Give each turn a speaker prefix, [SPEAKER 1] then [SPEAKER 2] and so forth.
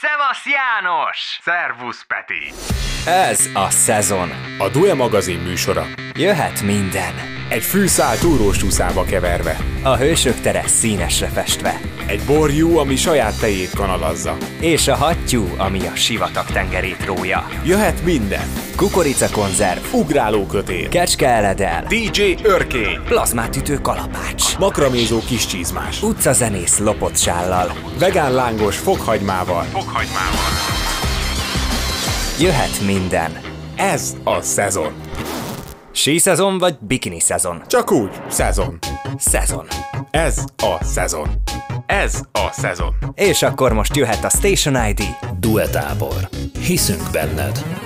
[SPEAKER 1] Szevasz János! Szervusz Peti!
[SPEAKER 2] Ez a szezon.
[SPEAKER 3] A Due magazin műsora.
[SPEAKER 2] Jöhet minden.
[SPEAKER 3] Egy fűszál túrós csúszába keverve.
[SPEAKER 2] A hősök tere színesre festve.
[SPEAKER 3] Egy borjú, ami saját tejét kanalazza.
[SPEAKER 2] És a hattyú, ami a sivatag tengerét rója.
[SPEAKER 3] Jöhet minden.
[SPEAKER 2] Kukoricakonzerv.
[SPEAKER 3] Ugrálókötél.
[SPEAKER 2] Kecske eledel.
[SPEAKER 3] DJ örkény.
[SPEAKER 2] Plazmátütő kalapács.
[SPEAKER 3] Makramézó kis csizmás.
[SPEAKER 2] Utcazenész lopott sállal.
[SPEAKER 3] Vegán lángos fokhagymával.
[SPEAKER 1] Fokhagymával.
[SPEAKER 2] Jöhet minden.
[SPEAKER 3] Ez a szezon.
[SPEAKER 2] Sí szezon vagy bikini szezon?
[SPEAKER 3] Csak úgy, szezon.
[SPEAKER 2] Szezon.
[SPEAKER 3] Ez a szezon. Ez a szezon.
[SPEAKER 2] És akkor most jöhet a Station ID.
[SPEAKER 4] Duetábor. Hiszünk benned.